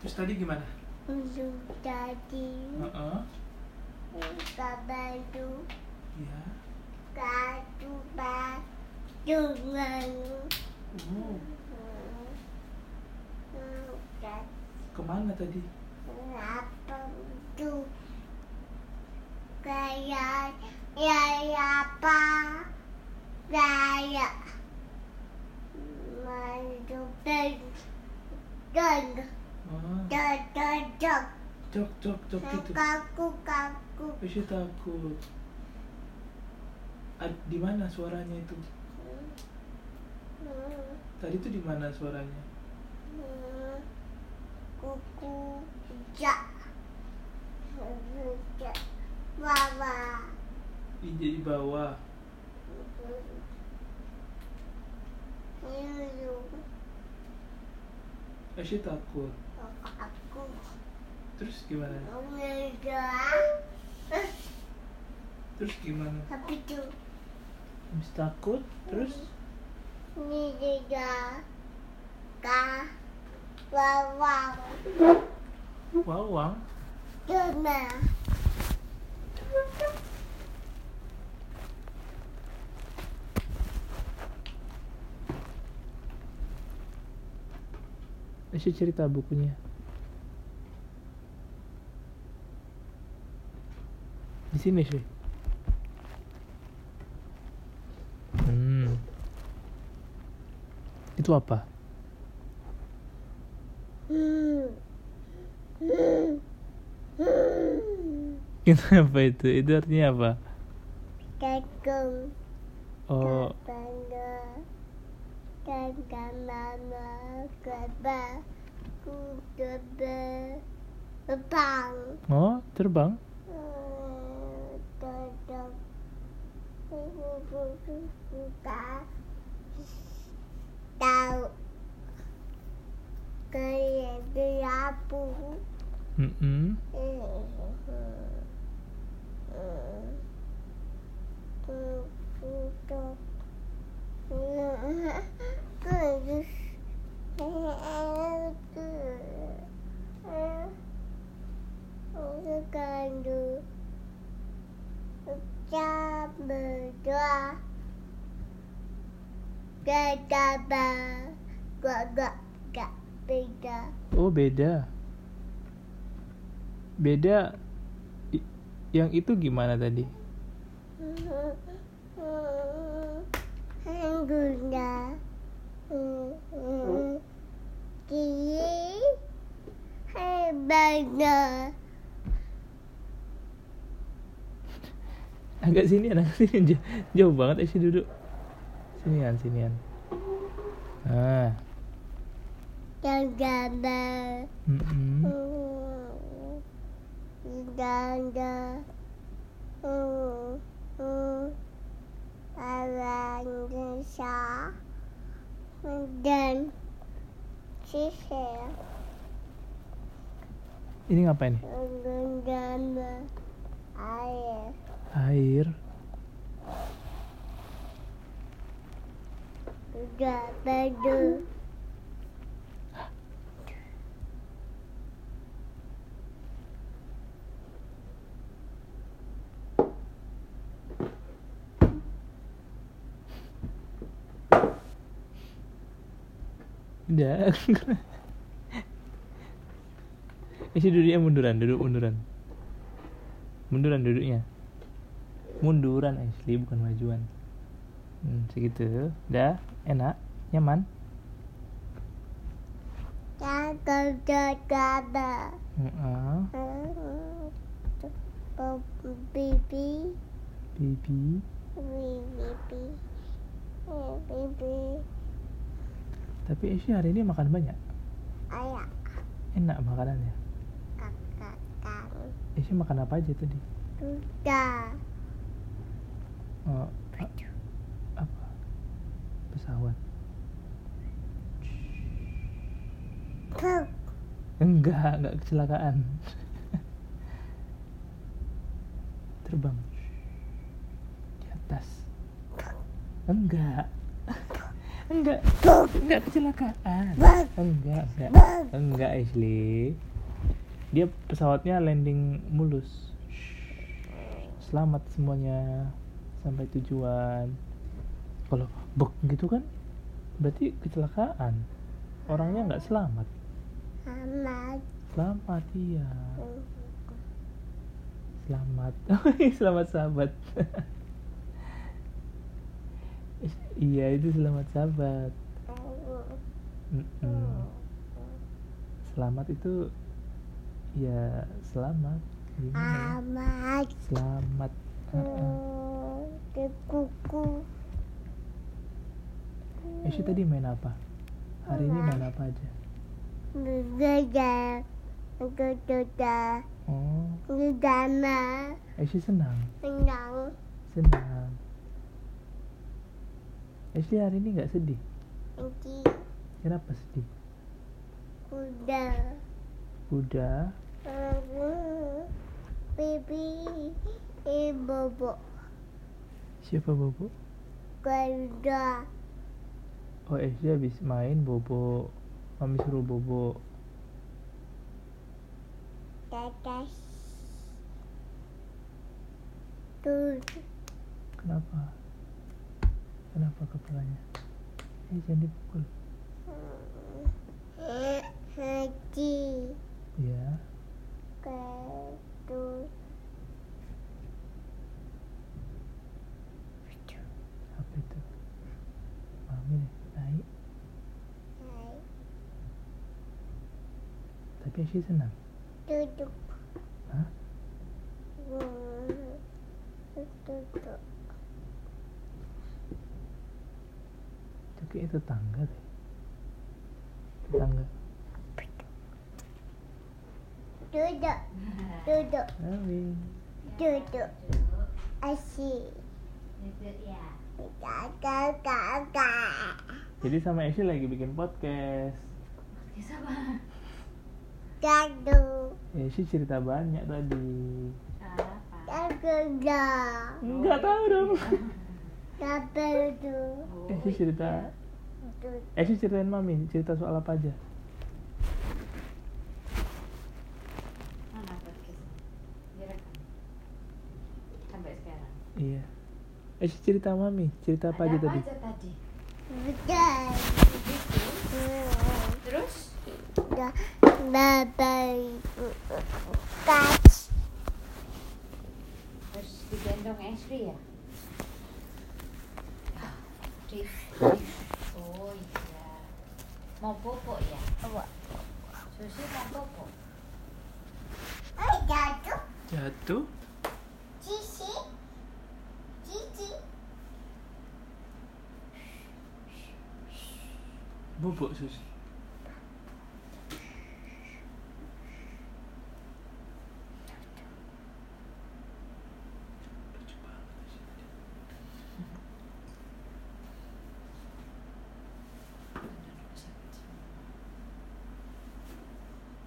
Terus tadi gimana? Jadi Heeh. buka baju Iya. baju baju baru. Oh, kemana tadi? Kenapa itu kayak ya apa kayak maju dan dan Oh, dan dan dan jok jok jok gitu. kaku kaku Ishi takut. Ad- Di mana suaranya itu? Tadi itu di mana suaranya? kuku jak jak baba Di, di bawah. Yuyu, Ishi Eh, takut. aku Terus gimana? enggak. Terus gimana? Tapi tu Habis takut, terus ni juga ka wawa wawang. kena. Ishi cerita bukunya. Di sini sih. Hmm. Itu apa? Hmm. Hmm. Hmm. Kenapa itu? Itu artinya apa? Kagum Oh, bangga dan mama kaba ku kebe bang. oh terbang? tahu kayak berapa Mm-mm. Cha berdoa Kita berdoa Gak beda Oh beda. Beda. I- Yang itu gimana tadi? Hangguna Kiri Hebana Agak sini, agak sini. Jauh- Jauh banget Esy duduk. Sinian, sinian. Ah. Dan gambar Mm-mm. Dan Alang desa Dan Sisir Ini ngapain nih? Dan gambar Air Air. Gak baju Udah. Esy Eh, duduknya munduran, duduk munduran. Munduran duduknya. Munduran Ashley bukan majuan. Hmm, segitu. Udah, enak, nyaman. Gak kerja gambar Heeh. Bibi Baby. Bibi Bibi Tapi Esy hari ini makan banyak. Ayah Enak makanannya. kakak kamu Esy makan apa aja tadi? Sudah Oh, a- apa? Pesawat. Kau Enggak, enggak kecelakaan. Terbang. Di atas. Enggak. enggak Bug. enggak kecelakaan Bug. enggak enggak Bug. enggak Ashley dia pesawatnya landing mulus selamat semuanya sampai tujuan kalau bug gitu kan berarti kecelakaan orangnya nggak selamat Mama. selamat iya selamat selamat sahabat iya itu selamat sahabat Mm-mm. Oh. selamat itu ya selamat Ah. gimana ya? Mama. selamat Oh. Eh, Heeh. Ke kuku. Esy eh. tadi main apa hari ini main apa aja Gede. Gede. oh Gede. Esy senang Senang. senang Esy hari ini nggak sedih Nanti kenapa sedih kuda. udah Baby. Eh, bobo. siapa bobo Kuda. oh Esy habis main bobo mami suruh bobo Dadah. Tuh. Kenapa? Kenapa kepalanya? Eh, jangan dipukul. Eh, Haji. Ya, Kudu. apa itu? Mami deh, naik. Tapi Asyik senang. Duduk. Hah? Hmm. Duduk. Itu kayaknya tetangga deh. Tetangga. Duduk. Duduk. Mami. Duduk. Asyik. Duduk ya. Kakak, kakak. Jadi sama Asyik lagi bikin podcast. Podcast apa? Dadu. Asyik cerita banyak tadi. Apa? Daguda. Enggak tahu dong. Dabedu. Asyik cerita. Duduk. Asyik ceritain Mami, cerita soal apa aja? Mana podcast? Direkam. Sampai sekarang. Iya. Asyik cerita Mami, cerita apa aja Ada tadi? aja tadi? Duduk. Hmm. Terus? Da- Dabedu. Kac. Terus digendong Esri ya? Ah, Dik. Oh iya. Mau popok ya? Apa? Susu mau popok. Oh, dadu. Jatuh. Cici. Cici. Bubuk sus.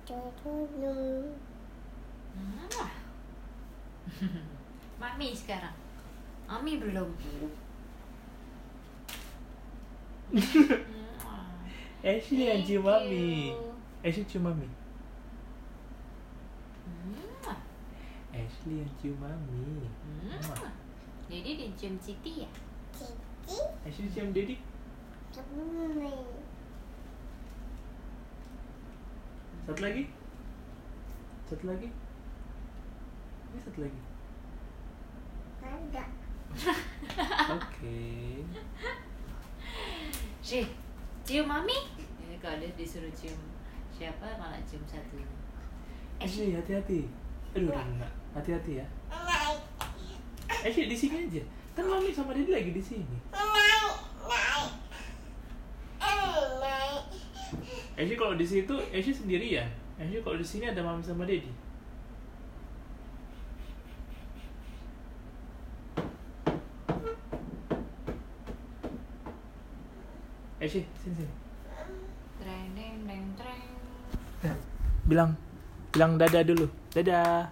Duduk. Mana? Mami sekarang. Mami belum. Asyik yang Thank cium Iya, Mami. you. Ashley cium mami. Mua. Ashley yang cium mami. Mua. Jadi dicium Siti ya? Cici. Ashley cium Dedi. Cumi. Satu lagi. Satu lagi. Ini satu lagi. Ada. Oke. Sih, Eh, cium mami. Ini Eh, kalau dia disuruh cium siapa malah cium satu. Eh, Ashley hati-hati. Aduh, Rina. Hati-hati ya. Naik. Ashley di sini aja. Kan mami sama Dedi lagi di sini. Naik. Naik. Eh, Naik. Ashley kalau di situ Ashley sendirian. Ashley kalau di sini ada mami sama Dedi. Ashley, sini sini. Treng treng treng treng. bilang bilang dadah dulu dadah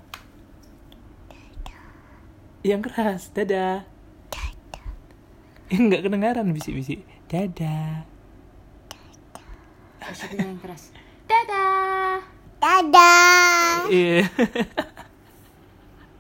yang keras dadah dadah nggak kedengaran bisik-bisik Dadah. Kasih dengan yang keras. Dadah. Dadah. Iya.